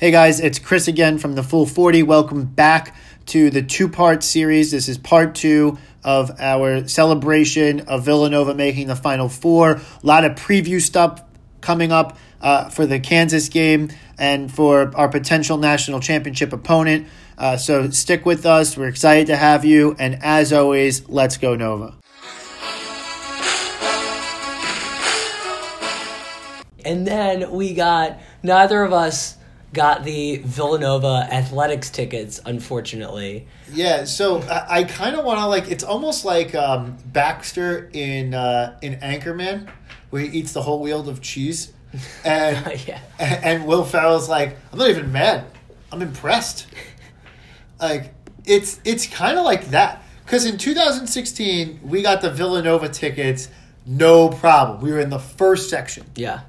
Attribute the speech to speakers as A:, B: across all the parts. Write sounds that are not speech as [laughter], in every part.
A: Hey guys, it's Chris again from the Full 40. Welcome back to the two part series. This is part two of our celebration of Villanova making the Final Four. A lot of preview stuff coming up uh, for the Kansas game and for our potential national championship opponent. Uh, so stick with us. We're excited to have you. And as always, let's go, Nova.
B: And then we got neither of us got the Villanova athletics tickets, unfortunately.
A: Yeah, so I, I kind of want to like. It's almost like um, Baxter in uh, in Anchorman, where he eats the whole wheel of cheese, and
B: Yeah.
A: and, and Will Ferrell's like, I'm not even mad, I'm impressed. like it's it's kind of like that because in 2016 we got the Villanova tickets, no problem. We were in the first section
B: Yeah.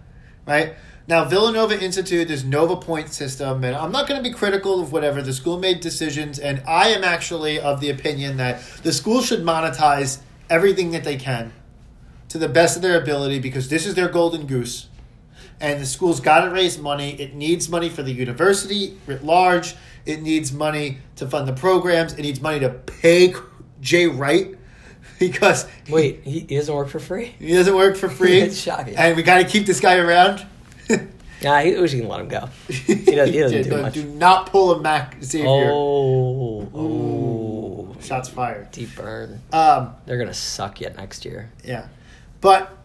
A: right? Now, Villanova Institute, this Nova point system, and I'm not going to be critical of whatever the school made decisions, and I am actually of the opinion that the school should monetize everything that they can to the best of their ability because this is their golden goose. And the school's got to raise money. It needs money for the university writ large. It needs money to fund the programs. It needs money to pay Jay Wright [laughs] because
B: Wait, he, he doesn't work for free?
A: he doesn't work for free.
B: It's shocking.
A: And we got to keep this guy around. [laughs]
B: Nah, he, we should let him go. He, does, he doesn't
A: Dude,
B: do
A: no,
B: much.
A: do not pull a Mac Xavier.
B: Oh, oh,
A: Shots fired.
B: deep burn.
A: Um,
B: They're gonna suck yet next year.
A: yeah, but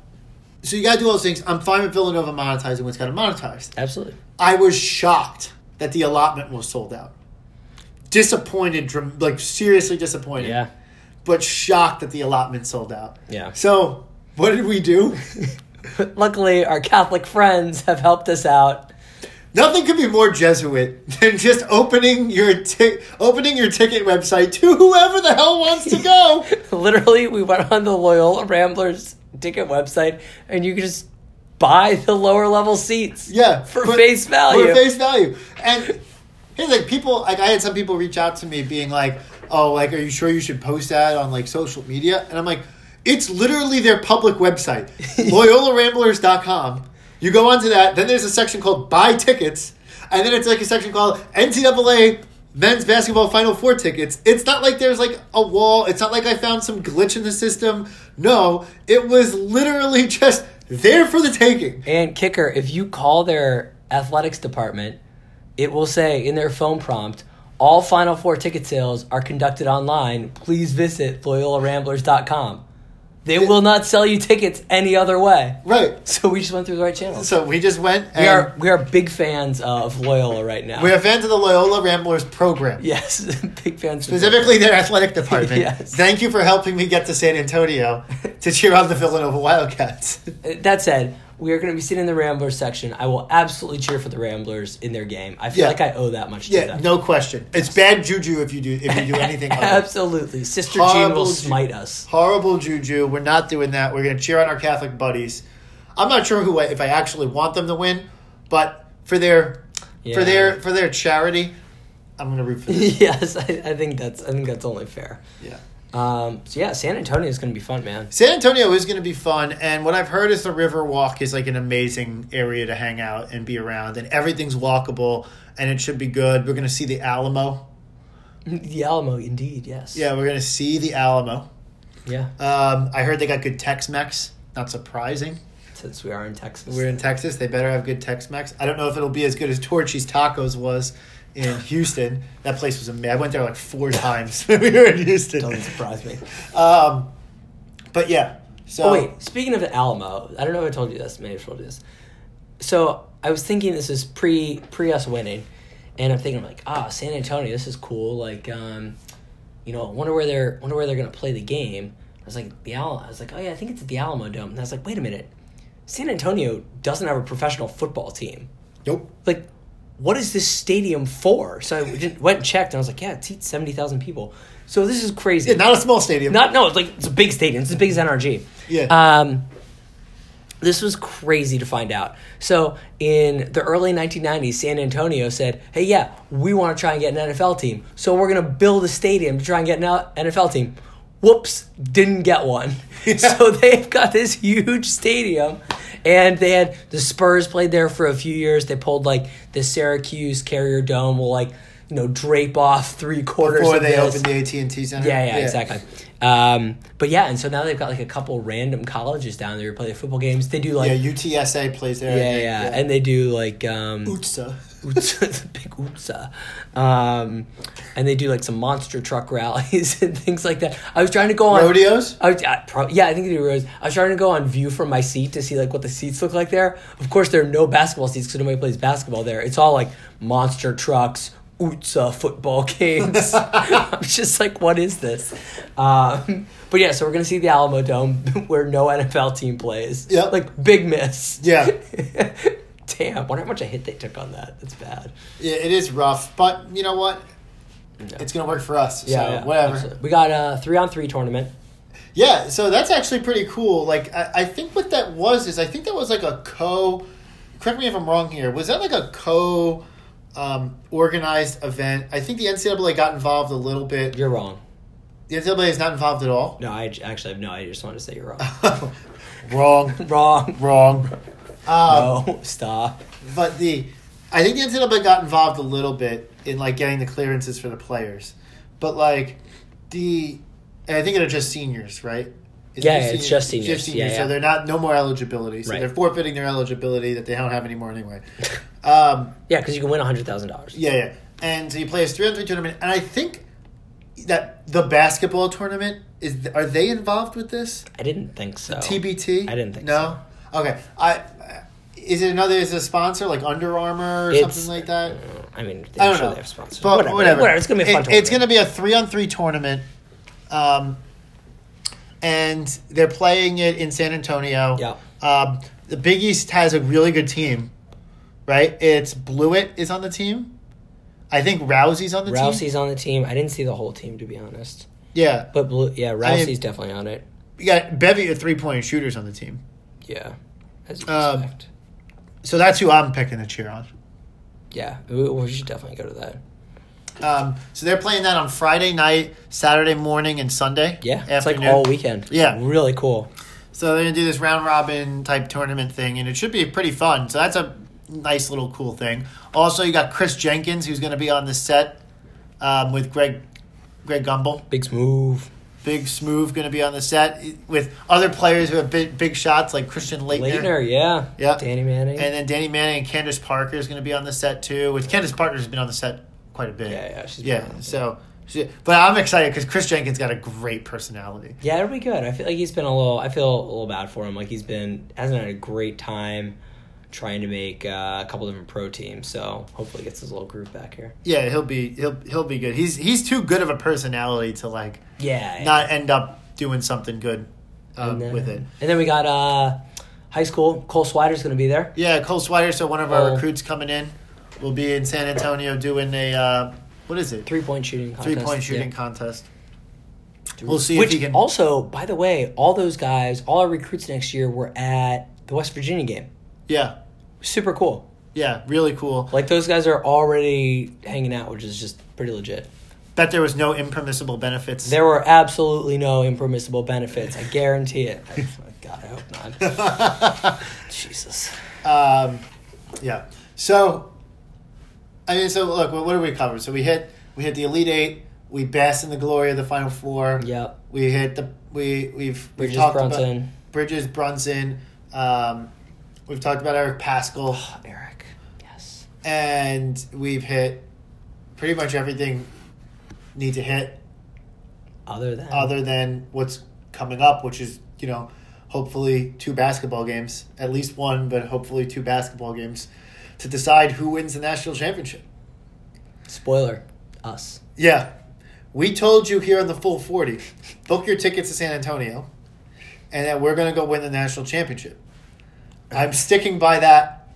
A: so you got to do all those things. I'm fine with Villanova monetizing what's got to monetized.
B: Absolutely.
A: I was shocked that the allotment was sold out. Disappointed, dram- like seriously disappointed.
B: Yeah.
A: But shocked that the allotment sold out.
B: Yeah.
A: So what did we do?
B: [laughs] Luckily, our Catholic friends have helped us out. [laughs]
A: Nothing could be more Jesuit than just opening your ti- opening your ticket website to whoever the hell wants to go.
B: Literally, we went on the Loyola Ramblers ticket website, and you could just buy the lower level seats.
A: Yeah,
B: for face value.
A: For face value, and here's like people like I had some people reach out to me being like, "Oh, like, are you sure you should post that on like social media?" And I'm like, "It's literally their public
B: [laughs]
A: website, LoyolaRamblers.com. You go onto that, then there's a section called Buy Tickets, and then it's like a section called NCAA." Men's basketball final four tickets. It's not like there's like a wall. It's not like I found some glitch in the system. No, it was literally [laughs] just there for the taking.
B: And kicker, if you call their athletics department, it will say in their phone prompt, all Final Four ticket sales are conducted online. Please visit LoyolaRamblers.com. They will not sell you tickets any other way. [laughs]
A: Right.
B: So we just went through the right channels.
A: So we just went and
B: We are we are big fans of Loyola right now.
A: we are fans of the Loyola Ramblers program.
B: [laughs] yes, [laughs] big fans. of-
A: Specifically their athletic department.
B: Yes.
A: Thank you for helping me get to San Antonio to cheer on the Villanova Wildcats. [laughs]
B: Uh, That said, we are going to be sitting in the Ramblers section. I will absolutely cheer for the Ramblers in their game. I feel
A: Yeah.
B: like I owe that much to
A: Yeah,
B: them.
A: no question. It's bad juju if you do if you do
B: [laughs]
A: anything other.
B: absolutely. Sister Jean
A: Horrible
B: will
A: ju-
B: smite us.
A: Horrible juju. We're not doing that. We're gonna cheer on our Catholic buddies. I'm not sure who I, if I actually want them to win, but for their for
B: Yeah.
A: their for their charity, I'm gonna root for them.
B: [laughs] yes, I, I think that's I think that's only fair.
A: yeah.
B: Um, so yeah, San Antonio is going to be fun, man. [laughs]
A: San Antonio is going to be fun, and what I've heard is the River Walk is like an amazing area to hang out and be around, and everything's walkable, and it should be good. We're going to see the Alamo.
B: The Alamo, indeed, yes.
A: Yeah, we're going to see the Alamo.
B: yeah.
A: Um, I heard they got good Tex-Mex. Not surprising.
B: Since we are in Texas, [laughs]
A: We're in Texas. They better have good Tex-Mex. I don't know if it'll be as good as Torchy's Tacos was in Houston. That place was amazing. I went there like four [laughs] times. when we were in Houston.
B: doesn't surprise me.
A: Um, but yeah. So
B: Oh wait, speaking of the Alamo, I don't know if I told you this. Maybe I told you this. So I was thinking this is pre pre us winning, and I'm thinking like, ah, San Antonio, this is cool. Like, um, you know, wonder where they're wonder where they're gonna play the game. I was like the Alamo. I was like, oh yeah, I think it's at the Alamo Dome. And I was like, wait a minute, San Antonio doesn't have a professional football team.
A: Nope.
B: like what is this stadium for so i did- went and checked and i was like yeah it seats 70000 people so this is crazy
A: Yeah, not a small stadium.
B: not no it's like it's a big stadium it's as big as nrg
A: Yeah.
B: um this was crazy to find out so in the early 1990s san antonio said hey yeah we want to try and get an nfl team so we're going to build a stadium to try and get an nfl team
A: [laughs]
B: whoops didn't get one so they've got this huge stadium And they had the Spurs played there for a few years. They pulled like the Syracuse Carrier Dome will like you know drape off three quarters
A: Before
B: of
A: they
B: this.
A: opened the AT and T Center.
B: Yeah, yeah, exactly. Um, but yeah, and so now they've got like a couple random colleges down there who play football games. They do like
A: Yeah,
B: yeah,
A: UTSA plays there. I
B: yeah,
A: think,
B: and they do like um,
A: UTSA.
B: Utsa, [laughs] the big Utsa. Um, and they do like some monster truck rallies [laughs] and things like that. I was trying to go on
A: Rodeos?
B: I was, I, pro- yeah, I think they do rodeos. I was trying to go on view from my seat to see like what the seats look like there. Of course, there are no basketball seats because nobody plays basketball there. It's all like monster trucks, Utsa football [laughs]
A: [laughs]
B: games. I'm just like, what is this? Um, but yeah, so we're gonna see the Alamo Dome [laughs] where no NFL team plays.
A: Yep.
B: like big miss.
A: Yeah.
B: [laughs] Damn, wonder how much a hit they took on that. That's bad.
A: Yeah, it is rough, but you know what? It's gonna work for us. so whatever.
B: absolutely. We got a three on three tournament.
A: Yeah, so that's actually pretty cool. Like, I, I think what that was is I think that was like a co. Correct me if I'm wrong here. Was that like a co um, organized event? I think the NCAA got involved a little bit.
B: You're wrong.
A: The NCAA is not involved at all. [laughs]
B: No, I j- actually have no. I just wanted to say you're wrong.
A: wrong, [laughs]
B: wrong.
A: wrong. Um,
B: No, stop.
A: But the, I think the NCAA got involved a little bit in like getting the clearances for the players, but like the, and I think they're just seniors, right? It's
B: Yeah, it's just seniors. Yeah, yeah.
A: So they're not no more eligibility. So
B: Right.
A: they're forfeiting their eligibility that they don't have anymore
B: [laughs]
A: anyway. um,
B: Yeah, because you can win hundred thousand dollars.
A: yeah, yeah. And so you play a three on three tournament, and I think that the basketball tournament is. Are they involved with this?
B: I didn't think so.
A: TBT?
B: Oh, I didn't think
A: no? Okay. I is it another is it a sponsor like Under Armour or
B: It's-
A: something like that?
B: I mean, they
A: I don't
B: sure
A: know.
B: they have sponsors.
A: But
B: whatever.
A: whatever.
B: whatever. It's gonna be a fun.
A: It-
B: tournament.
A: It's gonna be a three on three tournament. Um, and they're playing it in San Antonio.
B: Yeah.
A: Um, the Big East has a really good team, right? It's Blewett is on the team. I think Rousey's on the team.
B: Rousey's on the team. I didn't see the whole team to be honest,
A: Yeah.
B: but blue, yeah,
A: I
B: Rousey's
A: mean-
B: definitely on it.
A: You got bevy of three point shooters on the team.
B: Yeah, as you
A: Um,
B: expect.
A: So that's who I'm picking to cheer on.
B: Yeah, we, we should definitely go to that.
A: Um, so they're playing that on Friday night, Saturday morning, and Sunday.
B: Yeah, it's like
A: afternoon.
B: all weekend.
A: Yeah.
B: really cool.
A: So they're gonna do this round robin type tournament thing, and it should be pretty fun. So that's a nice little cool thing. Also, you got Chris Jenkins who's gonna be on the set um, with Greg Greg Gumbel.
B: Big move.
A: Big Smoove gonna be on the set with other players who have big, big shots like Christian Leitner.
B: Leitner, yeah.
A: Yeah.
B: Danny Manning.
A: And then Danny Manning and Candace Parker is going to be on the set too. Which Candace Parker has been on the set quite a bit.
B: Yeah, yeah, she's been on
A: yeah.
B: the set.
A: So, she, but I'm excited because Chris Jenkins got a great personality.
B: yeah, it'll be good. I feel like he's been a little. I feel a little bad for him. Like he's been hasn't had a great time trying to make uh, a couple different pro teams. So hopefully gets his little groove back here.
A: Yeah, he'll be he'll he'll be good. He's he's too good of a personality to like
B: Yeah. yeah.
A: not end up doing something good uh,
B: And then-
A: with it.
B: And then we got uh, high school. Cole Swider's going to be there.
A: Yeah, Cole Swider. So one of our
B: Oh.
A: recruits coming in will be in San Antonio doing a uh, what is it
B: Three point shooting. Contest.
A: three point shooting
B: Yeah.
A: contest. We'll see
B: Which
A: if he can.
B: also, by the way, all those guys, all our recruits next year were at the West Virginia game.
A: yeah,
B: Super cool.
A: yeah, really cool.
B: Like those guys are already hanging out, which is just pretty legit.
A: Bet there was no impermissible benefits.
B: There were absolutely no impermissible benefits. I guarantee
A: [laughs]
B: it. I- God, I hope not. Jesus.
A: [laughs] um, yeah. So, I mean, so look, what, what did we cover? So we hit we hit the elite eight. We basked in the glory of the final four.
B: Yep.
A: We hit the we we've we've
B: Bridges
A: talked
B: Brunson.
A: about Bridges Brunson. Um, we've talked about Eric Pascal,
B: [sighs] Eric. Yes.
A: and we've hit pretty much everything need to hit
B: Other than.
A: other than what's coming up, which is you know hopefully two basketball games, at least one, but hopefully two basketball games to decide who wins the national championship.
B: Spoiler. Us.
A: Yeah, we told you here on the full forty, book your tickets to San Antonio, and that we're gonna go win the national championship. I'm sticking by that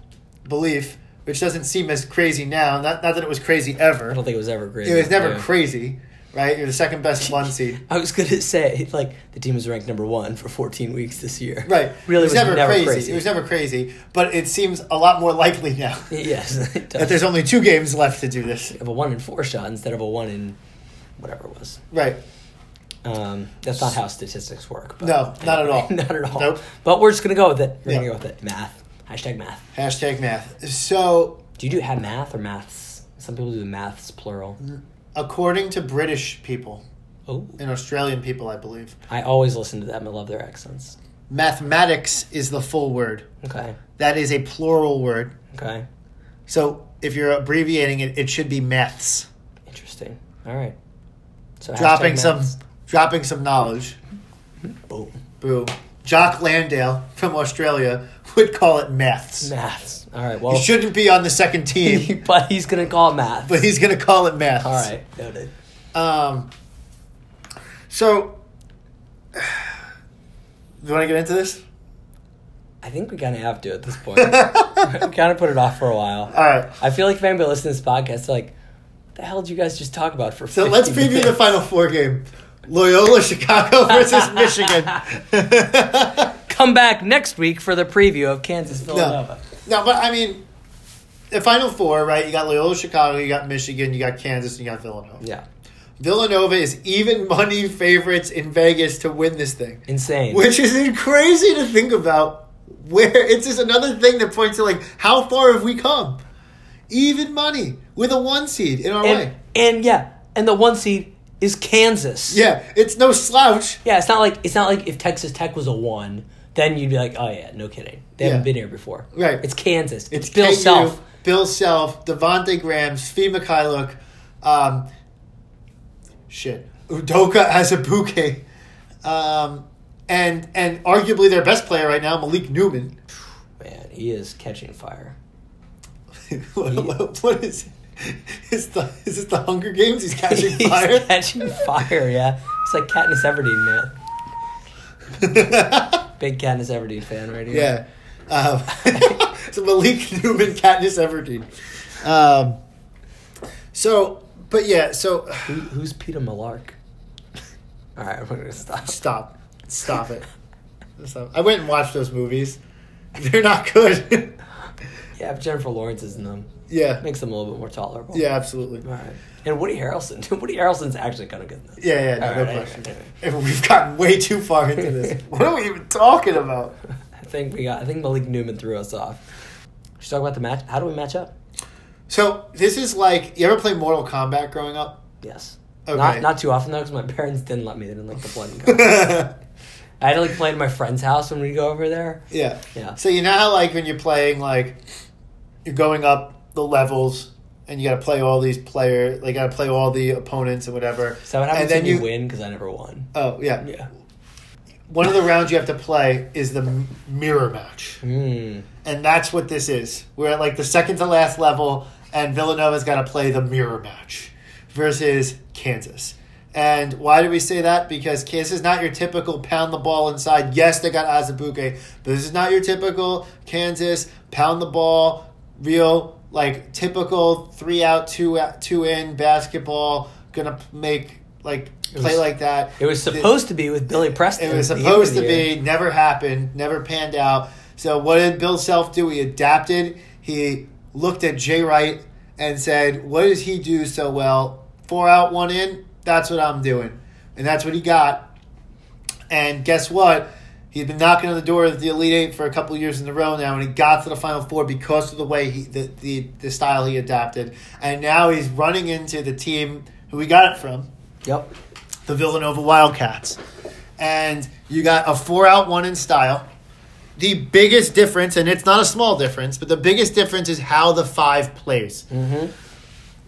A: belief, which doesn't seem as crazy now. Not not that it was crazy
B: I
A: ever.
B: don't think it was ever great.
A: It was never
B: Yeah.
A: crazy, right? You're the second
B: [laughs]
A: best one seed.
B: I was gonna say like the team was ranked number one for 14 weeks this year.
A: Right.
B: [laughs] Really
A: it was, never, crazy. It was
B: never-
A: never crazy, but it seems a lot more likely now
B: [laughs] yes.
A: that
B: It does.
A: there's only two games left to do this.
B: of a one in four shot instead of a one in whatever it was.
A: Right.
B: Um, that's not how statistics work. but-
A: No, not at all.
B: [laughs] not at all.
A: Nope.
B: But we're just gonna go with it. We're
A: Yeah.
B: gonna go with it. Math. Hashtag math.
A: Hashtag math. So,
B: Do you do have math or maths? Some people do the maths plural.
A: according to British people
B: Oh,
A: and Australian people, I believe,
B: I always listen to them. I love their accents.
A: mathematics is the full word.
B: Okay.
A: That is a plural word.
B: Okay.
A: So, if you're abbreviating it, it should be maths.
B: Interesting. All right. So
A: dropping
B: hashtag
A: some,
B: maths.
A: dropping some knowledge.
B: boom
A: Boo. Jock Landale from Australia would call it maths.
B: maths. All right.
A: He
B: Well,
A: shouldn't be on the second team,
B: [laughs] but he's gonna call it math.
A: but he's going to call it maths. [laughs]
B: All right. Noted.
A: Um, so, [sighs] you want to get into this?
B: I think we kind of have to at this point. [laughs] we kind of put it off for a while.
A: All right.
B: I feel like if anybody listens to this podcast, they're like, what the hell did you guys just talk about for
A: So let's
B: 50
A: preview the
B: minutes?"
A: Final Four game Loyola Chicago [laughs] versus Michigan. [laughs]
B: Come back next week for the preview of Kansas Villanova.
A: no, but I mean, the Final Four, right? You got Loyola Chicago, you got Michigan, you got Kansas, and you got Villanova.
B: Yeah.
A: Villanova is even money favorites in Vegas to win this thing.
B: Insane.
A: which is crazy to think about. Where it's just another thing that points to like how far have we come? Even money with a one seed in our
B: and,
A: way.
B: and yeah, and the one seed is Kansas.
A: Yeah, it's no slouch.
B: Yeah, it's not like it's not like if Texas Tech was a one, then you'd be like, oh yeah, no kidding. They
A: Yeah.
B: haven't been here before.
A: Right.
B: It's Kansas. It's,
A: KU,
B: Bill Self.
A: Bill Self, Devontae Graham, Svi Mikhailuk, um, shit, Udoka as a bouquet, um, and and arguably their best player right now, Malik Newman. [laughs]
B: Man, he is catching fire.
A: what, what- what is? Is, the, is this the Hunger Games? He's catching
B: [laughs] He's
A: fire.
B: catching fire, yeah. It's like Katniss Everdeen, man. Big Katniss Everdeen fan right here.
A: [laughs] Yeah. Um, [laughs] so Malik Newman, Katniss Everdeen. Um, so, but yeah, so
B: Who, who's Peter Malark? [laughs] All right, we're gonna stop.
A: stop. Stop it. Stop. I went and watched those movies. They're not good. [laughs]
B: Yeah, if Jennifer Lawrence is in them,
A: yeah.
B: makes them a little bit more tolerable.
A: Yeah, absolutely.
B: All right. And Woody Harrelson. [laughs] dude, Woody Harrelson's actually kind of good in this.
A: Yeah, yeah, no,
B: All
A: no
B: right,
A: question.
B: all right,
A: And We've gotten way too far into this. What are we even talking about?
B: [laughs] I think we got. I think Malik Newman threw us off. We should talk about the match. How do we match up?
A: So, this is like you ever play Mortal Kombat growing up?
B: Yes.
A: Okay.
B: Not
A: [laughs]
B: not too often though, because my [laughs] parents didn't let me. They didn't like the blood. And guts. I had to like play at my friend's house when we go over there.
A: yeah.
B: Yeah.
A: So you know how like when you're playing like you're going up the levels and you got to play all these player, like got to play all the opponents and whatever.
B: So what happens
A: and then
B: when you, win? Because I never won.
A: Oh yeah.
B: Yeah.
A: One of the rounds you have to play is the m- mirror match,
B: Mm.
A: and that's what this is. We're at like the second to last level, and Villanova's got to play the mirror match versus Kansas. And why do we say that? Because Kansas is not your typical pound the ball inside. Yes, they got Azabuke, but this is not your typical Kansas pound the ball, real like typical three out, two out, two in basketball. Gonna p- make like play
B: was-
A: like that.
B: It was
A: Th-
B: supposed to be with Billy Preston.
A: it was
B: at the end of
A: supposed to
B: the year.
A: be, never happened, never panned out. So what did Bill Self do? He adapted. He looked at Jay Wright and said, "What does he do so well? Four out, one in. That's what I'm doing." And that's what he got. And guess what? He's been knocking on the door of the Elite Eight for a couple of years in a row now, and he got to the Final Four because of the way he the, the, the style he adapted. And now he's running into the team who he got it from,
B: Yep.
A: the Villanova Wildcats. And you got a four out one in style. The biggest difference, and it's not a small difference, but the biggest difference is how the five plays.
B: Mm-hmm.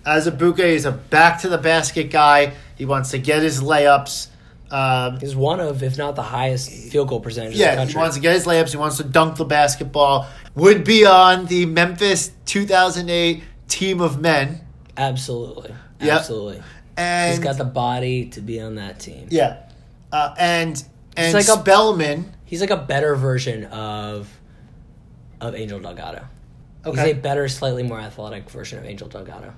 A: Azabuke is a back to the basket guy. He wants to get his layups. Um,
B: He's one of, if not the highest field goal percentage. in the
A: yeah, he
B: country.
A: wants to get his layups. He wants to dunk the basketball. Would be on the Memphis 2008 team of men.
B: Absolutely.
A: Yep.
B: Absolutely.
A: And
B: He's got the body to be on that team.
A: yeah, uh, and and
B: like a-
A: Spellman.
B: He's like a better version of of Angel Delgado. He's a better, slightly more athletic version of Angel Delgado.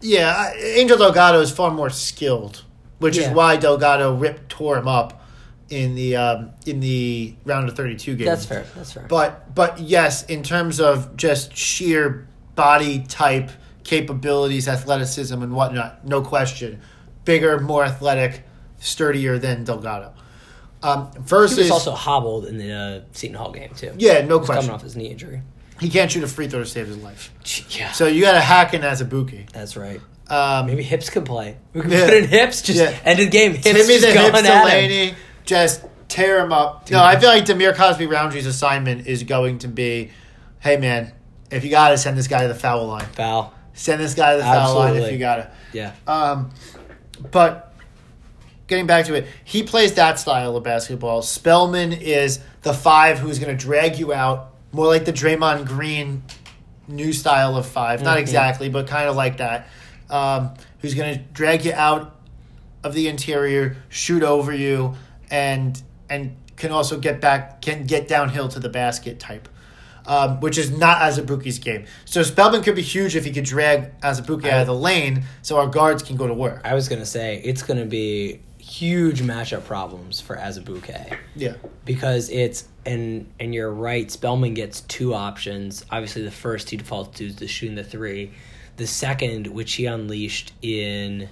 A: Yeah, I- Angel Delgado is far more skilled, which
B: Yeah.
A: is why Delgado ripped tore him up in the um, in the round of thirty two game.
B: That's fair. That's fair.
A: But but yes, in terms of just sheer body type capabilities, athleticism, and whatnot, no question. Bigger, more athletic, sturdier than Delgado. Um,
B: He was
A: versus,
B: also hobbled in the uh, Seton Hall game too.
A: yeah, no
B: He was coming
A: question,
B: off his knee injury.
A: he can't shoot a free throw to save his life.
B: Yeah,
A: So you got to hack in as a bookie.
B: that's right.
A: Um,
B: Maybe hips could play. We could
A: Yeah.
B: put in hips. Just
A: Yeah.
B: end of the game. Hips
A: Timmy
B: just
A: the
B: going
A: hips
B: at him.
A: Delaney just tear him up. No, I feel like Demir Cosby Roundtree's assignment is going to be, hey man, if you got to send this guy to the foul line,
B: Foul.
A: send this guy to the foul line if
B: Absolutely.
A: you got to.
B: Yeah.
A: Um, but getting back to it, he plays that style of basketball. Spellman is the five who's going to drag you out, more like the Draymond Green new style of 5 Not exactly, but kind of like that. Um, who's going to drag you out of the interior, shoot over you, and and can also get back can get downhill to the basket type. Um, which is not Azubuki's game. So Spellman could be huge if he could drag Azubuki out of the lane so our guards can go to work.
B: I was gonna say it's gonna be huge matchup problems for Azubuke
A: Yeah.
B: because it's and and you're right. Spellman gets two options. Obviously, the first he defaults to is the shooting the three. The second, which he unleashed in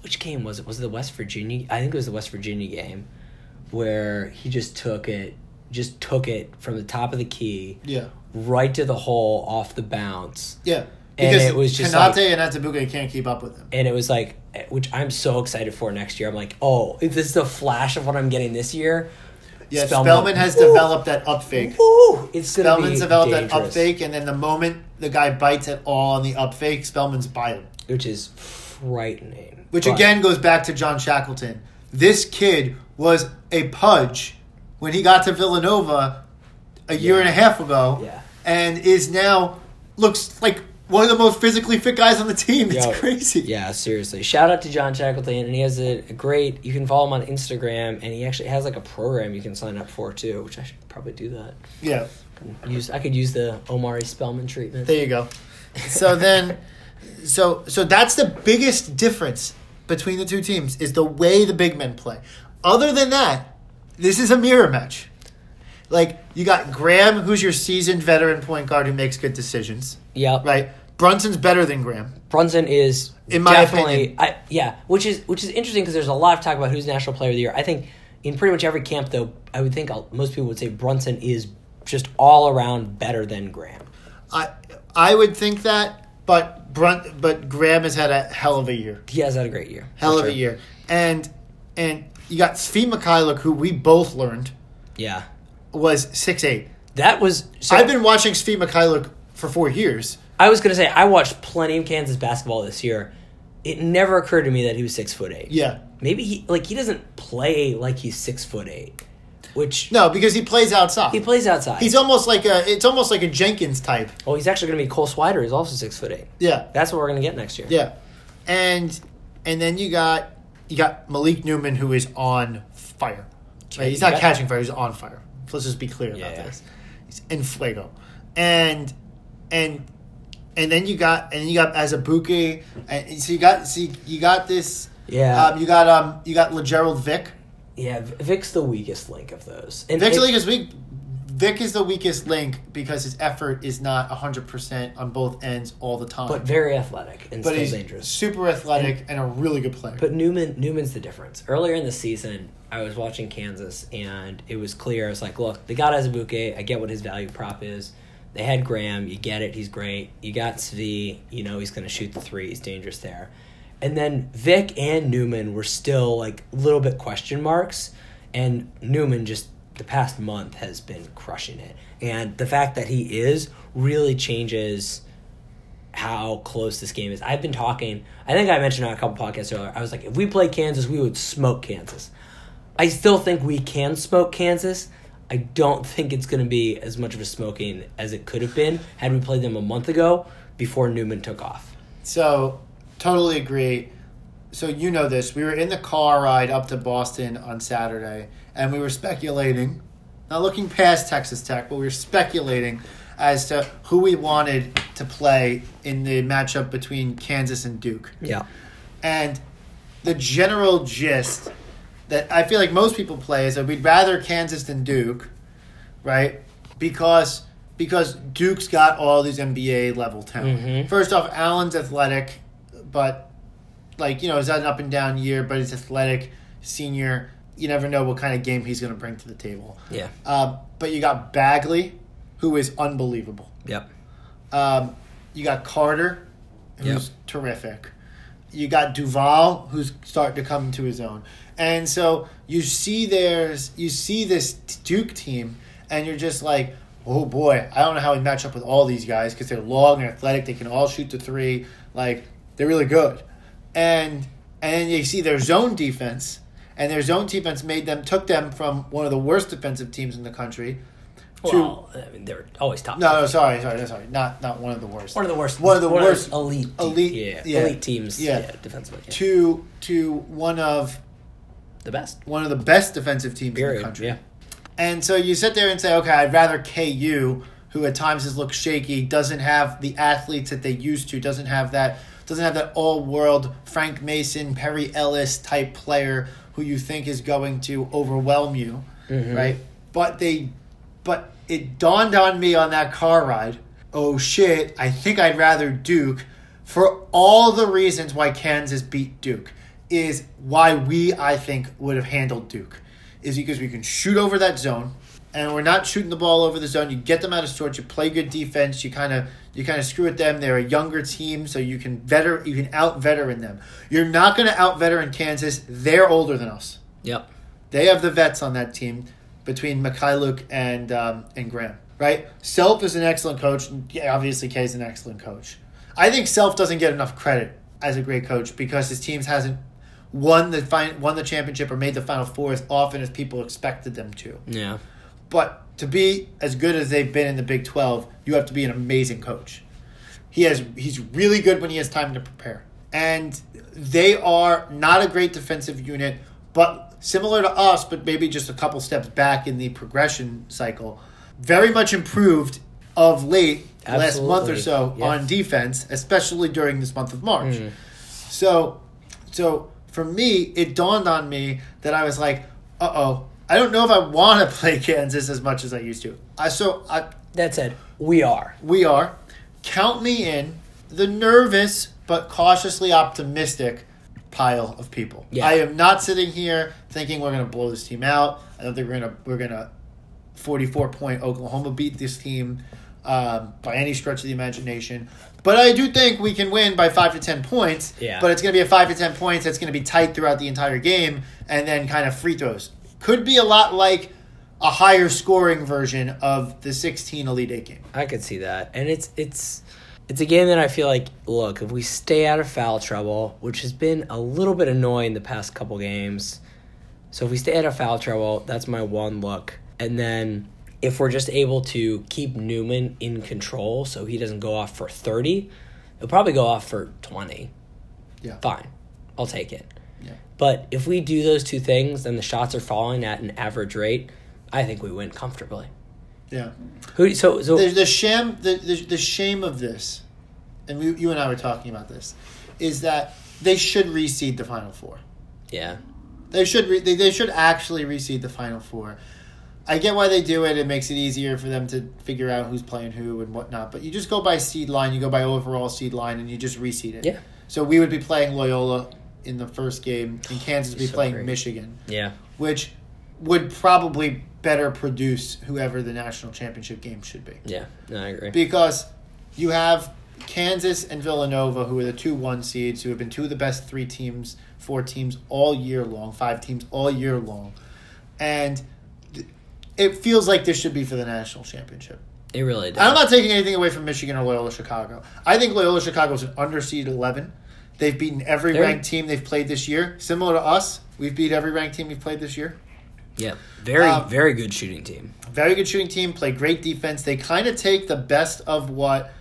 B: which game was it? Was it the West Virginia? I think it was the West Virginia game where he just took it, just took it from the top of the key
A: Yeah.
B: right to the hole off the bounce.
A: Yeah.
B: And
A: Because
B: it was just
A: Kanate
B: like-
A: and Azubuki can't keep up with him.
B: and it was like which i'm so excited for next year i'm like oh if this is the flash of what i'm getting this year
A: Yeah,
B: Spellman-
A: Spellman, has
B: Ooh.
A: developed that up fake.
B: Ooh, it's gonna
A: Spellman's
B: be
A: developed
B: dangerous,
A: that up fake, and then the moment the guy bites at all on the up fake, Spellman's by him.
B: which is frightening
A: Which
B: But
A: again goes back to John Shackleton. This kid was a pudge when he got to Villanova a year and a half ago,
B: Yeah.
A: and is now looks like one of the most physically fit guys on the team. It's
B: yo,
A: crazy.
B: yeah seriously shout out to john shackleton and he has a, a great you can follow him on instagram and he actually has like a program you can sign up for too which i should probably do that
A: yeah.
B: use i could use the omari spellman treatment
A: There you go. So then, so so that's the biggest difference between the two teams is the way the big men play. Other than that, this is a mirror match. Like you got Graham, who's your seasoned veteran point guard who makes good decisions,
B: yeah
A: right? Brunson's better than Graham.
B: Brunson is
A: In my
B: definitely,
A: opinion.
B: I, yeah, which is which is interesting because there's a lot of talk about who's national player of the year. I think in pretty much every camp, though, I would think i most people would say Brunson is just all around better than Graham.
A: I I would think that, but Brunt, but Graham has had a hell of a year.
B: He has had a great year, for
A: Hell of
B: sure.
A: a year. And and you got Svi Mikhailuk, who we both learned
B: Yeah,
A: was six eight.
B: that was. So
A: I've been watching Steve Mikhailuk for four years.
B: I was gonna say I watched plenty of Kansas basketball this year. It never occurred to me that he was six foot eight.
A: Yeah.
B: maybe he like he doesn't play like he's six foot eight, which
A: No, because he plays outside.
B: he plays outside.
A: He's almost like a. It's almost like a Jenkins type.
B: oh, he's actually gonna be Cole Swider. He's also six foot eight.
A: Yeah,
B: That's what we're gonna get next year.
A: yeah, and and then you got you got Malik Newman who is on fire. Right, he's not
B: Yeah.
A: catching fire. He's on fire. Let's just be clear about
B: Yeah.
A: this. He's in fuego, and and and then you got and then you got Azabuki, and and so you got see you got this.
B: Yeah.
A: Um, you got um you got LeGerald Vick.
B: Yeah, V- Vic's the weakest link of those. And
A: Vic's
B: it-
A: the weakest weak. Vic is the weakest link because his effort is not hundred percent on both ends all the time.
B: but very athletic and
A: But
B: still
A: he's
B: dangerous.
A: super athletic and, a really good player.
B: But Newman Newman's the difference. Earlier in the season, I was watching Kansas and it was clear. I was like, look, they got Azubuke. I get what his value prop is. They had Graham. You get it. He's great. You got Svi. You know he's going to shoot the three. He's dangerous there. And then Vic and Newman were still like a little bit question marks. And Newman just the past month has been crushing it. And the fact that he is really changes – how close this game is. I've been talking. I think I mentioned on a couple podcasts earlier. I was like, if we played Kansas, we would smoke Kansas. I still think we can smoke Kansas. I don't think it's going to be as much of a smoking as it could have been had we played them a month ago before Newman took off.
A: so, totally agree. So you know this. We were in the car ride up to Boston on Saturday, and we were speculating, not looking past Texas Tech, but we were speculating as to who we wanted to play in the matchup between Kansas and Duke.
B: Yeah.
A: And the general gist that I feel like most people play is that we'd rather Kansas than Duke, right? Because because Duke's got all these NBA level talent.
B: Mhm.
A: First off, Allen's athletic, but like you know, he's had an up and down year, but he's athletic. senior. You never know what kind of game he's going to bring to the table.
B: Yeah.
A: Uh, but you got Bagley, who is unbelievable.
B: Yep.
A: Um, you got Carter, who's
B: Yep.
A: terrific. You got Duval, who's starting to come to his own. And so you see there's you see this Duke team, and you're just like, oh boy, I don't know how we match up with all these guys because they're long and athletic. They can all shoot the three. Like they're really good. And and you see their zone defense, and their zone defense made them took them from one of the worst defensive teams in the country. to-
B: Well, I mean, they're always top.
A: no, no, sorry, sorry, sorry. Not not one of the worst.
B: One of the worst.
A: One of the worst.
B: elite.
A: elite-
B: Yeah.
A: yeah.
B: Elite teams.
A: Yeah.
B: Yeah. defensively. yeah.
A: to to one of
B: The best.
A: one of the best defensive teams in the
B: Period.
A: country.
B: Yeah.
A: And so you sit there and say, okay, I'd rather KU, who at times has looked shaky, doesn't have the athletes that they used to, doesn't have that doesn't have that all world Frank Mason, Perry Ellis type player who you think is going to overwhelm you. Right? But they but it dawned on me on that car ride, oh shit, I think I'd rather Duke for all the reasons why Kansas beat Duke is why we I think would have handled Duke is because we can shoot over that zone and we're not shooting the ball over the zone. You get them out of sorts, you play good defense, you kind of you kind of screw at them. They're a younger team, so you can veter you can out veteran them. You're not going to out veteran Kansas. They're older than us.
B: Yep.
A: They have the vets on that team between Mikhailuk and um, and Graham, right? Self is an excellent coach. and yeah, Obviously, K is an excellent coach. I think Self doesn't get enough credit as a great coach because his teams hasn't won the fi- won the championship or made the final four as often as people expected them to.
B: Yeah.
A: But to be as good as they've been in the Big Twelve, you have to be an amazing coach. He has he's really good when he has time to prepare. And they are not a great defensive unit, but similar to us, but maybe just a couple steps back in the progression cycle. Very much improved of late last month or
B: Absolutely.
A: so
B: Yeah.
A: on defense, especially during this month of March. So, so for me, it dawned on me that I was like, "Uh oh, I don't know if I want to play [laughs] Kansas as much as I used to." I so I
B: That said, we are.
A: we are count me in the nervous but cautiously optimistic pile of people.
B: Yeah.
A: I am not sitting here thinking we're going to blow this team out. I don't think we're going to we're going to 44 point Oklahoma beat this team um, by any stretch of the imagination. But I do think we can win by five to ten points.
B: Yeah.
A: But it's going to be a five to ten points that's going to be tight throughout the entire game, and then kind of free throws could be a lot like a higher scoring version of the 16 Elite Eight game.
B: I could see that, and it's it's it's a game that I feel like look if we stay out of foul trouble, which has been a little bit annoying the past couple games. So if we stay out of foul trouble, that's my one look, and then if we're just able to keep Newman in control, so he doesn't go off for thirty, he'll probably go off for twenty.
A: Yeah.
B: fine, I'll take it.
A: Yeah.
B: But if we do those two things, then the shots are falling at an average rate. I think we win comfortably.
A: Yeah.
B: Who so so
A: The, the sham the, the, the shame of this, and we, you and I were talking about this, is that they should reseed the final four.
B: yeah.
A: They should re- they, they should actually reseed the final four. I get why they do it. It makes it easier for them to figure out who's playing who and whatnot. But you just go by seed line. You go by overall seed line, and you just reseed it.
B: Yeah.
A: So we would be playing Loyola in the first game, and Kansas would be
B: So
A: playing
B: great.
A: Michigan,
B: Yeah.
A: which would probably better produce whoever the national championship game should be.
B: Yeah, no, I agree.
A: because you have Kansas and Villanova, who are the two one seeds, who have been two of the best three teams, four teams all year long, five teams all year long, and th- it feels like this should be for the national championship.
B: It really
A: I'm
B: does.
A: not taking anything away from Michigan or Loyola Chicago. I think Loyola Chicago is an underseed 11. They've beaten every
B: They're-
A: ranked team they've played this year. Similar to us, we've beat every ranked team we've played this year.
B: Yeah, very
A: Um,
B: very good shooting team.
A: very good shooting team, play great defense. They kind of take the best of what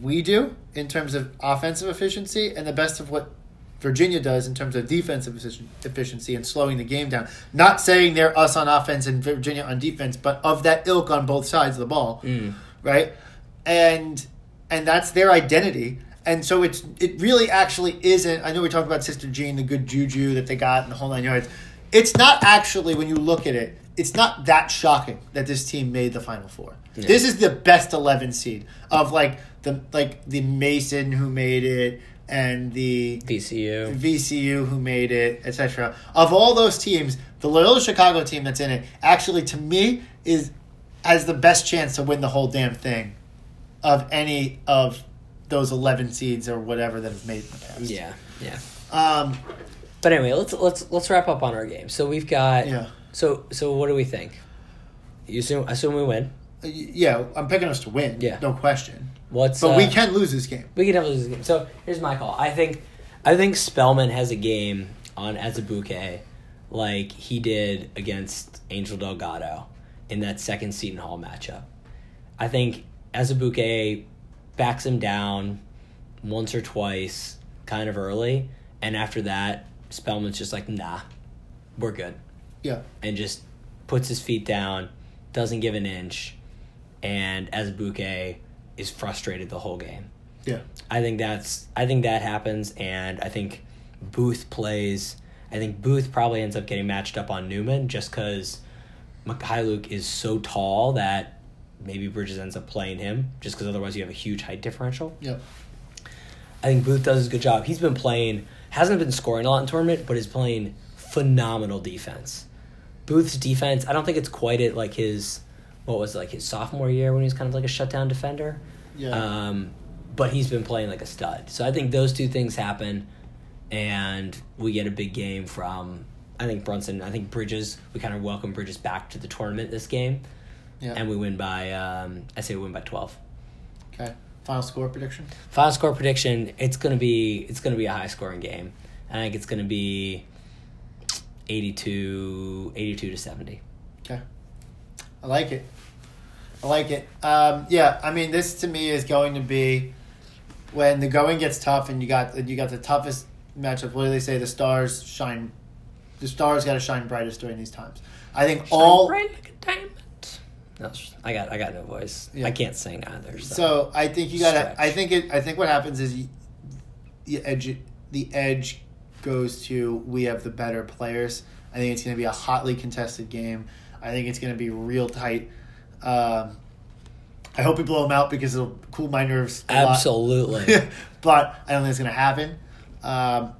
A: we do in terms of offensive efficiency and the best of what Virginia does in terms of defensive effici- efficiency and slowing the game down. Not saying they're us on offense and Virginia on defense, but of that ilk on both sides of the ball, right? And and that's their identity. And so it's it really actually isn't. I know we talked about Sister Jean, the good juju that they got, and the whole nine yards. It's not actually when you look at it, it's not that shocking that this team made the Final Four. This is the best eleven seed of like the like the Mason who made it and the
B: VCU.
A: VCU who made it, etc. Of all those teams, the Loyola Chicago team that's in it actually, to me, is has the best chance to win the whole damn thing of any of those eleven seeds or whatever that have made in the past.
B: Yeah, yeah.
A: Um,
B: But anyway, let's let's let's wrap up on our game. So we've got.
A: Yeah.
B: So so what do we think? You assume assume we win.
A: y- yeah, I'm picking us to win.
B: Yeah.
A: no question.
B: What's
A: But
B: uh,
A: we can lose this game.
B: we can definitely lose this game. So here's my call. I think I think Spellman has a game on as a bouquet like he did against Angel Delgado in that second Seton Hall matchup. I think as a bouquet backs him down once or twice kind of early and after that Spellman's just like nah we're good
A: Yeah,
B: and just puts his feet down, doesn't give an inch, and as Bouquet is frustrated the whole game.
A: yeah,
B: I think that's I think that happens, and I think Booth plays. I think Booth probably ends up getting matched up on Newman just because Mikhailuk is so tall that maybe Bridges ends up playing him just because otherwise you have a huge height differential.
A: yeah.
B: I think Booth does a good job. He's been playing, hasn't been scoring a lot in tournament, but is playing phenomenal defense. Booth's defense, I don't think it's quite at like his, what was it, like his sophomore year when he was kind of like a shutdown defender.
A: Yeah.
B: Um, but he's been playing like a stud. So I think those two things happen, and we get a big game from. I think Brunson. I think Bridges. We kind of welcome Bridges back to the tournament this game,
A: Yeah.
B: and we win by. Um, I say we win by twelve.
A: Okay. Final score prediction.
B: Final score prediction: It's gonna be it's gonna be a high scoring game. I think it's gonna be 82, 82 to seventy.
A: Okay. I like it. I like it. Um, yeah, I mean, this to me is going to be when the going gets tough and you got you got the toughest matchup. What do they say? The stars shine. The stars got to shine brightest during these times. I think all.
B: Bright like a diamond. No, it's- I got I got no voice.
A: Yeah.
B: I can't sing either. So,
A: So I think you gotta.
B: Stretch.
A: I think it. I think what happens is, you, the edge. The edge goes to we have the better players. I think it's gonna be a hotly contested game. I think it's gonna be real tight. Um, I hope we blow them out because it'll cool my nerves. a lot.
B: absolutely.
A: [laughs] but I don't think it's gonna happen. Um,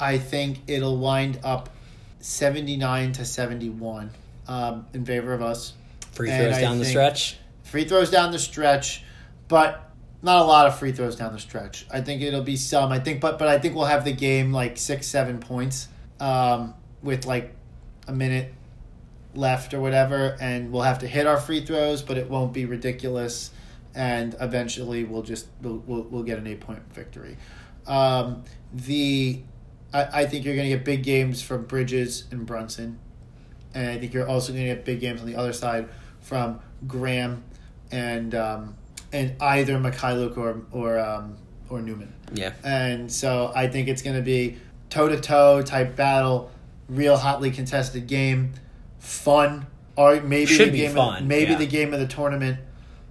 A: I think it'll wind up seventy nine to seventy one um, in favor of us
B: Free
A: And
B: throws
A: I
B: down the
A: think-
B: stretch.
A: free throws down the stretch, but not a lot of free throws down the stretch. I think it'll be some. I think, but but I think we'll have the game like six, seven points, um, with like a minute left or whatever, and we'll have to hit our free throws, but it won't be ridiculous, and eventually we'll just we'll we'll, we'll get an eight point victory. Um, the I, I think you're going to get big games from Bridges and Brunson and I think you're also going to get big games on the other side from Graham and um, and either Mikhailuk or or um, or Newman.
B: Yeah.
A: And so I think it's going to be toe to toe type battle, real hotly contested game, fun. Or maybe
B: Should
A: the
B: be
A: game of-
B: fun,
A: maybe
B: yeah.
A: the game of the tournament.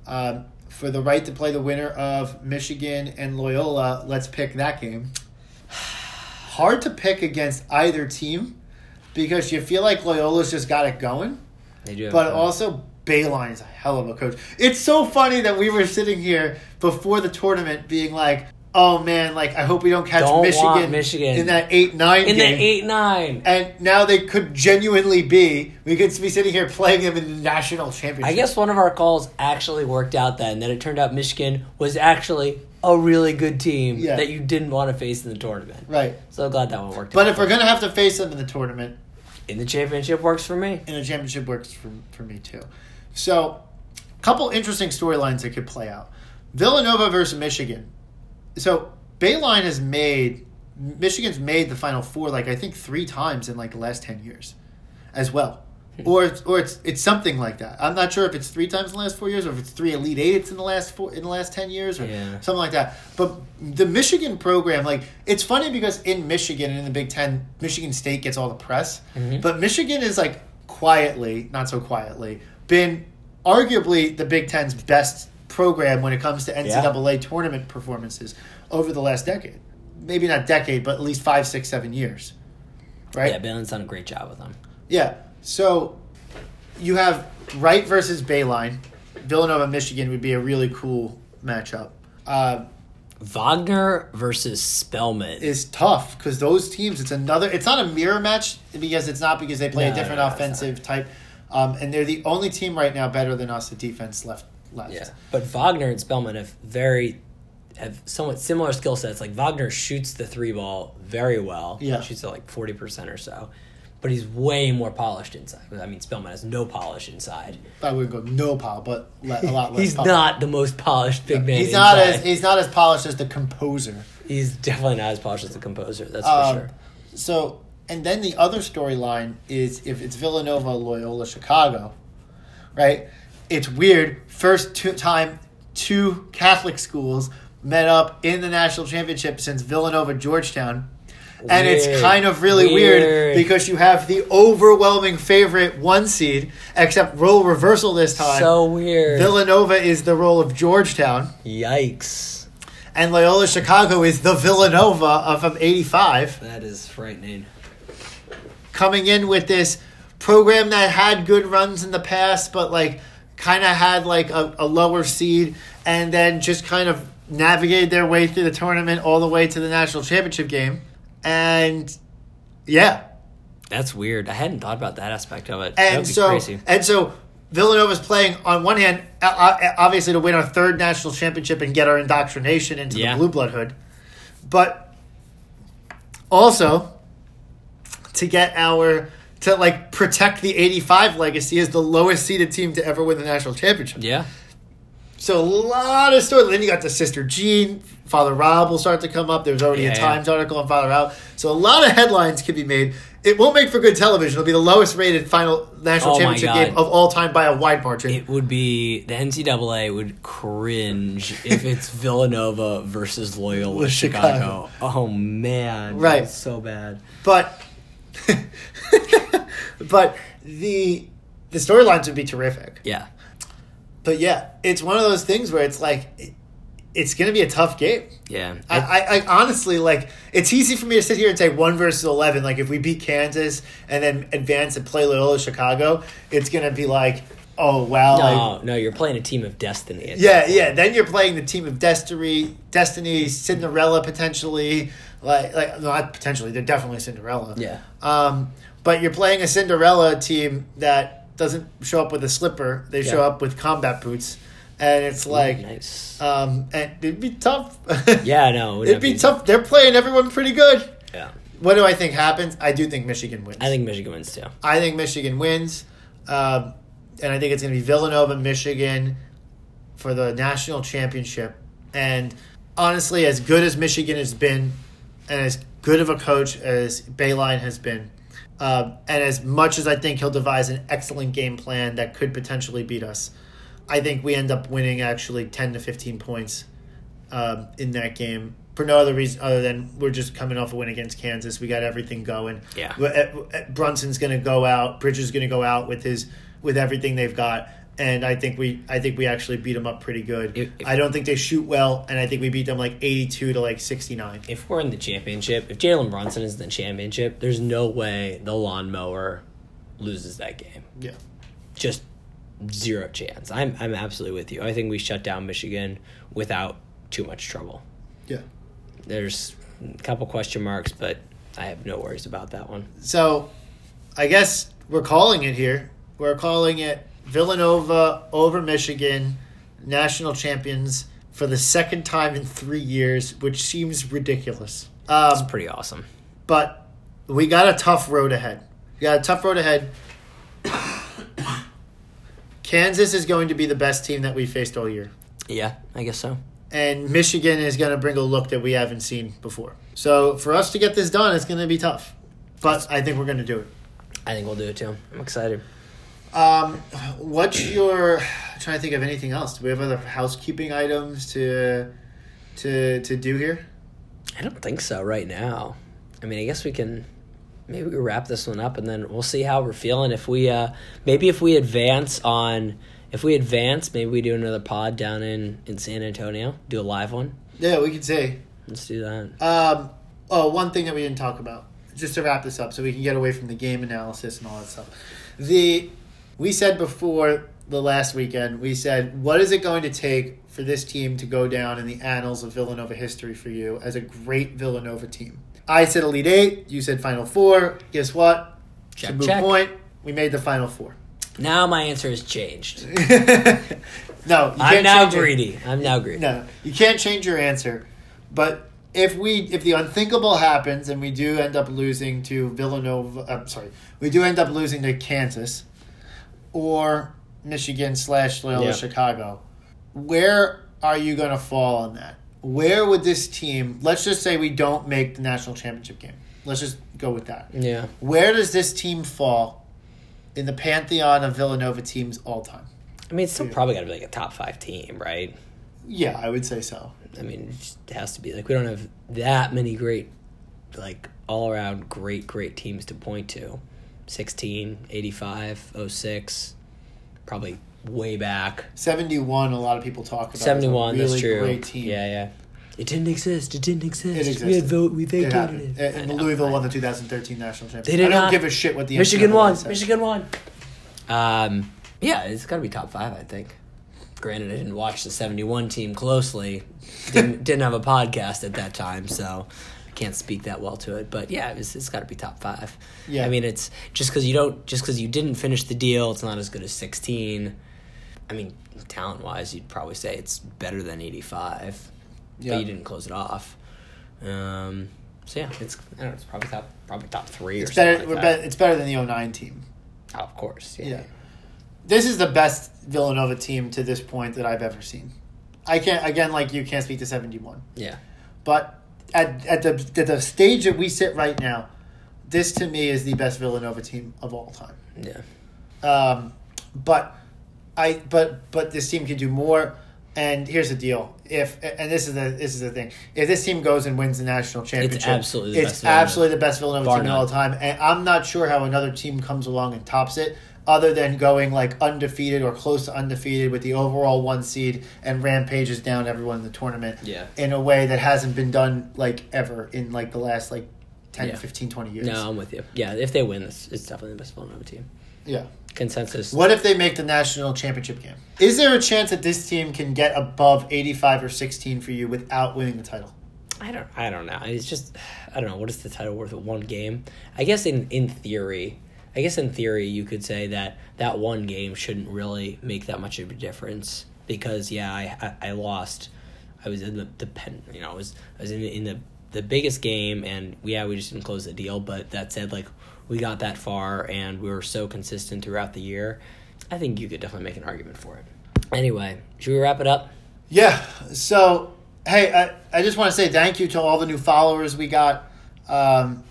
A: Um, for the right to play the winner of Michigan and Loyola, let's pick that game. [sighs] Hard to pick against either team because you feel like Loyola's just got it going,
B: They do. Have
A: but
B: a-
A: also Bayline is a hell of a coach. It's so funny that we were sitting here before the tournament being like, "Oh man, like I hope we don't catch
B: Don't
A: Michigan,
B: want Michigan.
A: in that eight nine
B: in the
A: game."
B: eight nine.
A: and now they could genuinely be. We could be sitting here playing them in the national championship.
B: I guess one of our calls actually worked out then. That it turned out Michigan was actually a really good team
A: Yeah.
B: that you didn't want to face in the tournament.
A: right.
B: So glad that one worked
A: But
B: out.
A: if we're gonna have to face them in the tournament,
B: in the championship works for me.
A: and the championship works for, for me too. So, a couple interesting storylines that could play out Villanova versus Michigan. So, Bayline has made, Michigan's made the Final Four like I think three times in like the last 10 years as well. Or, it's- or it's it's something like that. I'm not sure if it's three times in the last four years, or if it's three Elite Eights in the last four in the last ten years, or
B: Yeah.
A: something like that. But the Michigan program, like it's funny because in Michigan and in the Big Ten, Michigan State gets all the press, but Michigan is like quietly, not so quietly, been arguably the Big Ten's best program when it comes to NCAA tournament performances over the last decade. Maybe not decade, but at least five, six, seven years. Right?
B: Yeah, Balin's done a great job with them.
A: Yeah. So you have Wright versus Bayline. Villanova, Michigan would be a really cool matchup. Uh,
B: Wagner versus Spellman.
A: is tough because those teams. It's another. It's not a mirror match because it's not because they play a
B: No,
A: different
B: no, no, it's
A: offensive type, um, and they're the only team right now better than us at defense left left.
B: yeah, but Wagner and Spellman have very have somewhat similar skill sets. Like Wagner shoots the three ball very well.
A: Yeah.
B: shoots at like forty percent or so, but he's way more polished inside. I mean, Spellman has no polish inside.
A: I would go no pal, but le- a lot less.
B: he's
A: pal.
B: not the most polished big man.
A: He's not
B: inside.
A: as he's not as polished as the composer.
B: He's definitely not as polished as the composer. That's
A: Um,
B: for sure.
A: So, and then the other storyline is if it's Villanova, Loyola, Chicago, right? It's weird. First two, time two Catholic schools met up in the national championship since Villanova, Georgetown. And
B: Weird.
A: it's kind of really weird.
B: Weird.
A: because you have the overwhelming favorite one seed, except role reversal this time.
B: So weird.
A: Villanova is the role of Georgetown,
B: Yikes.
A: and Loyola Chicago is the Villanova of, of 85.
B: That is frightening.
A: coming in with this program that had good runs in the past, but like kind of had like a, a lower seed, and then just kind of navigated their way through the tournament all the way to the national championship game. And yeah,
B: That's weird. I hadn't thought about that aspect of it. that would
A: and
B: be
A: so
B: crazy.
A: and so Villanova's playing on one hand, o- o- obviously to win our third national championship and get our indoctrination into
B: Yeah.
A: the blue blood hood, but also to get our to like protect the '85 legacy as the lowest seeded team to ever win the national championship.
B: Yeah.
A: So a lot of story. Then you got the sister Jean, Father Rob will start to come up. There's already
B: Yeah.
A: a Times article on Father Rob. So a lot of headlines can be made. It won't make for good television. It'll be the lowest rated final national
B: Oh my
A: championship
B: God.
A: game of all time by a wide margin.
B: It would be the NCAA would cringe if [laughs] it's Villanova versus Loyola
A: With
B: Chicago.
A: Chicago.
B: Oh man,
A: Right.
B: that's so bad.
A: but [laughs] but the the storylines would be terrific.
B: Yeah,
A: But yeah, it's one of those things where it's like it, it's going to be a tough game.
B: yeah.
A: I, I, I honestly like it's easy for me to sit here and say one versus eleven. Like if we beat Kansas and then advance and play Loyola Chicago, it's gonna be like, oh wow, like-
B: no, uh, no, you're playing a team of destiny. at
A: yeah,
B: that
A: yeah. Then you're playing the team of Destiny, Destiny, Cinderella potentially, like like not potentially, they're definitely Cinderella.
B: point. yeah.
A: Um, but you're playing a Cinderella team that doesn't show up with a slipper; they show
B: Yeah.
A: up with combat boots, and it's like,
B: nice.
A: um, and it'd be tough. [laughs]
B: yeah, no,
A: It'd be tough. They're playing everyone pretty good.
B: Yeah,
A: What do I think happens? I do think Michigan wins.
B: I think Michigan wins too.
A: I think Michigan wins, um, and I think it's going to be Villanova, Michigan, for the national championship. And honestly, as good as Michigan has been, and as good of a coach as Bayline has been, um, and as much as I think he'll devise an excellent game plan that could potentially beat us, I think we end up winning actually ten to fifteen points um, in that game for no other reason other than we're just coming off a win against Kansas. We got everything going.
B: Yeah.
A: We- eh, eh, Brunson's going to go out. Bridges going to go out with his with everything they've got. And I think we, I think we actually beat them up pretty good.
B: If- if-
A: I don't think they shoot well, and I think we beat them like eighty-two to like sixty-nine.
B: If we're in the championship, if Jalen Brunson is in the championship, there's no way the lawnmower loses that game.
A: Yeah,
B: just zero chance. I'm I'm absolutely with you. I think we shut down Michigan without too much trouble.
A: yeah.
B: There's a couple question marks, but I have no worries about that one.
A: So, I guess we're calling it here. We're calling it Villanova over Michigan, national champions for the second time in three years, which seems ridiculous. Um,
B: Pretty awesome.
A: but we got a tough road ahead. We got a tough road ahead. [coughs] Kansas is going to be the best team that we faced all year.
B: Yeah, I guess so.
A: And Michigan is going to bring a look that we haven't seen before. So for us to get this done, it's going to be tough. But I think we're going to do it.
B: I think we'll do it too. I'm excited.
A: Um, what's your? I'm trying to think of anything else. Do we have other housekeeping items to to to do here?
B: I don't think so right now. I mean, I guess we can maybe we can wrap this one up and then we'll see how we're feeling if we uh maybe if we advance on if we advance, maybe we do another pod down in in San Antonio, do a live one.
A: Yeah, we could say.
B: Let's do that.
A: Um, oh, one thing that we didn't talk about, just to wrap this up, so we can get away from the game analysis and all that stuff. The we said before the last weekend, we said, what is it going to take for this team to go down in the annals of Villanova history for you as a great Villanova team? I said Elite Eight. You said Final Four. Guess what?
B: Check,
A: Taboo
B: check.
A: point. We made the Final
B: [laughs]
A: Four.
B: Now my answer has changed.
A: no, you
B: I'm
A: can't
B: now
A: change it.
B: greedy. I'm now greedy.
A: No, you can't change your answer. But if we if the unthinkable happens and we do end up losing to Villanova, I'm sorry, we do end up losing to Kansas or Michigan slash Loyola
B: Yeah.
A: Chicago. Where are you going to fall on that? Where would this team? Let's just say we don't make the national championship game. Let's just go with that.
B: Yeah.
A: Where does this team fall in the pantheon of Villanova teams all time?
B: I mean, it's still probably got to be like a top five team, right?
A: Yeah, I would say so.
B: I mean, it just has to be. Like, we don't have that many great, like, all around great, great teams to point to 16, 85, 06, probably way back.
A: 71 a lot of people talk about is a
B: 71,
A: really
B: that's true.
A: great team
B: Yeah, yeah. It didn't exist. It didn't exist. We
A: existed.
B: had vote. We
A: it
B: vacated
A: happened
B: it.
A: and
B: I
A: and
B: know.
A: Louisville won the 2013 national championship
B: They did
A: I don't
B: not.
A: give a shit what the
B: Michigan
A: NCAA
B: won.
A: said.
B: Michigan won. Um, yeah, it's got to be top five, I think. Granted, I didn't watch the '71 team closely.
A: [laughs]
B: Didn't didn't have a podcast at that time, so I can't speak that well to it. But yeah, it's, it's got to be top five.
A: Yeah.
B: I mean, it's just because you don't just because you didn't finish the deal, it's not as good as 16. I mean, talent wise, you'd probably say it's better than 85,
A: Yeah.
B: but you didn't close it off. Um, so yeah, it's I don't know, it's probably top probably top three or
A: it's
B: something
A: better
B: like
A: we're
B: that.
A: bet- it's better than the 09 team
B: Oh, of course. Yeah.
A: yeah this is the best Villanova team to this point that I've ever seen I can't again like you can't speak to 71
B: Yeah.
A: but at, at the at the stage that we sit right now this to me is the best Villanova team of all time
B: Yeah.
A: Um, but I but but this team can do more. And here's the deal: if and this is the this is the thing: if this team goes and wins the national championship,
B: absolutely the
A: it's
B: best Villanova.
A: absolutely the best Villanova
B: Bar
A: team of
B: none.
A: all time. And I'm not sure how another team comes along and tops it, other than going like undefeated or close to undefeated with the overall one seed and rampages down everyone in the tournament
B: Yeah.
A: in a way that hasn't been done like ever in like the last like 10,
B: Yeah.
A: 15, 20 years.
B: No, I'm with you. Yeah, if they win, it's, it's definitely the best Villanova team.
A: Yeah.
B: Consensus.
A: What if they make the national championship game? Is there a chance that this team can get above 85 or 16 for you without winning the title?
B: I don't. I don't know. It's just. I don't know. What is the title worth of one game? I guess in in theory. I guess in theory you could say that that one game shouldn't really make that much of a difference because yeah I I, I lost. I was in the, the pen. You know I was I was in the, in the the biggest game and yeah we just didn't close the deal. But that said, like we got that far and we were so consistent throughout the year. I think you could definitely make an argument for it. Anyway, should we wrap it up?
A: Yeah. So, hey, I, I just want to say thank you to all the new followers we got um,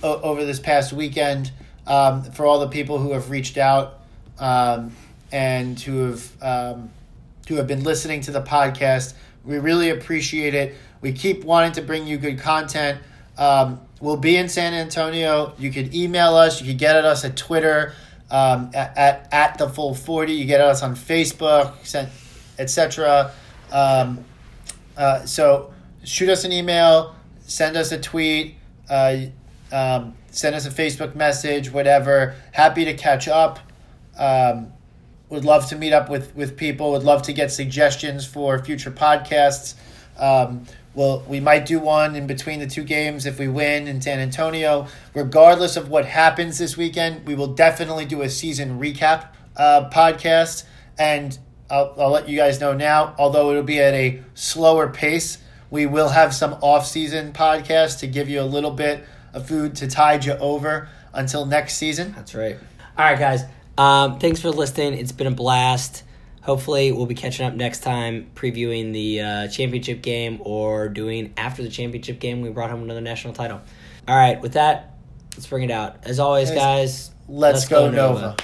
A: o- over this past weekend, um, for all the people who have reached out um, and who have um, who have been listening to the podcast. We really appreciate it. We keep wanting to bring you good content. Um, we'll be in San Antonio. You could email us. You could get at us at Twitter um, at, at at the full forty. You get at us on Facebook, etc. Um, uh, so shoot us an email, send us a tweet, uh, um, send us a Facebook message, whatever. Happy to catch up. Um, would love to meet up with, with people. Would love to get suggestions for future podcasts. Um, well, we might do one in between the two games if we win in San Antonio. Regardless of what happens this weekend, we will definitely do a season recap uh, podcast, and I'll, I'll let you guys know now. Although it'll be at a slower pace, we will have some off-season podcasts to give you a little bit of food to tide you over until next season.
B: That's right. All right, guys. Um, thanks for listening. It's been a blast. Hopefully, we'll be catching up next time, previewing the uh, championship game or doing after the championship game. We brought home another national title. All right, with that, let's bring it out. As always,
A: Guys,
B: guys,
A: Let's, go, Nova.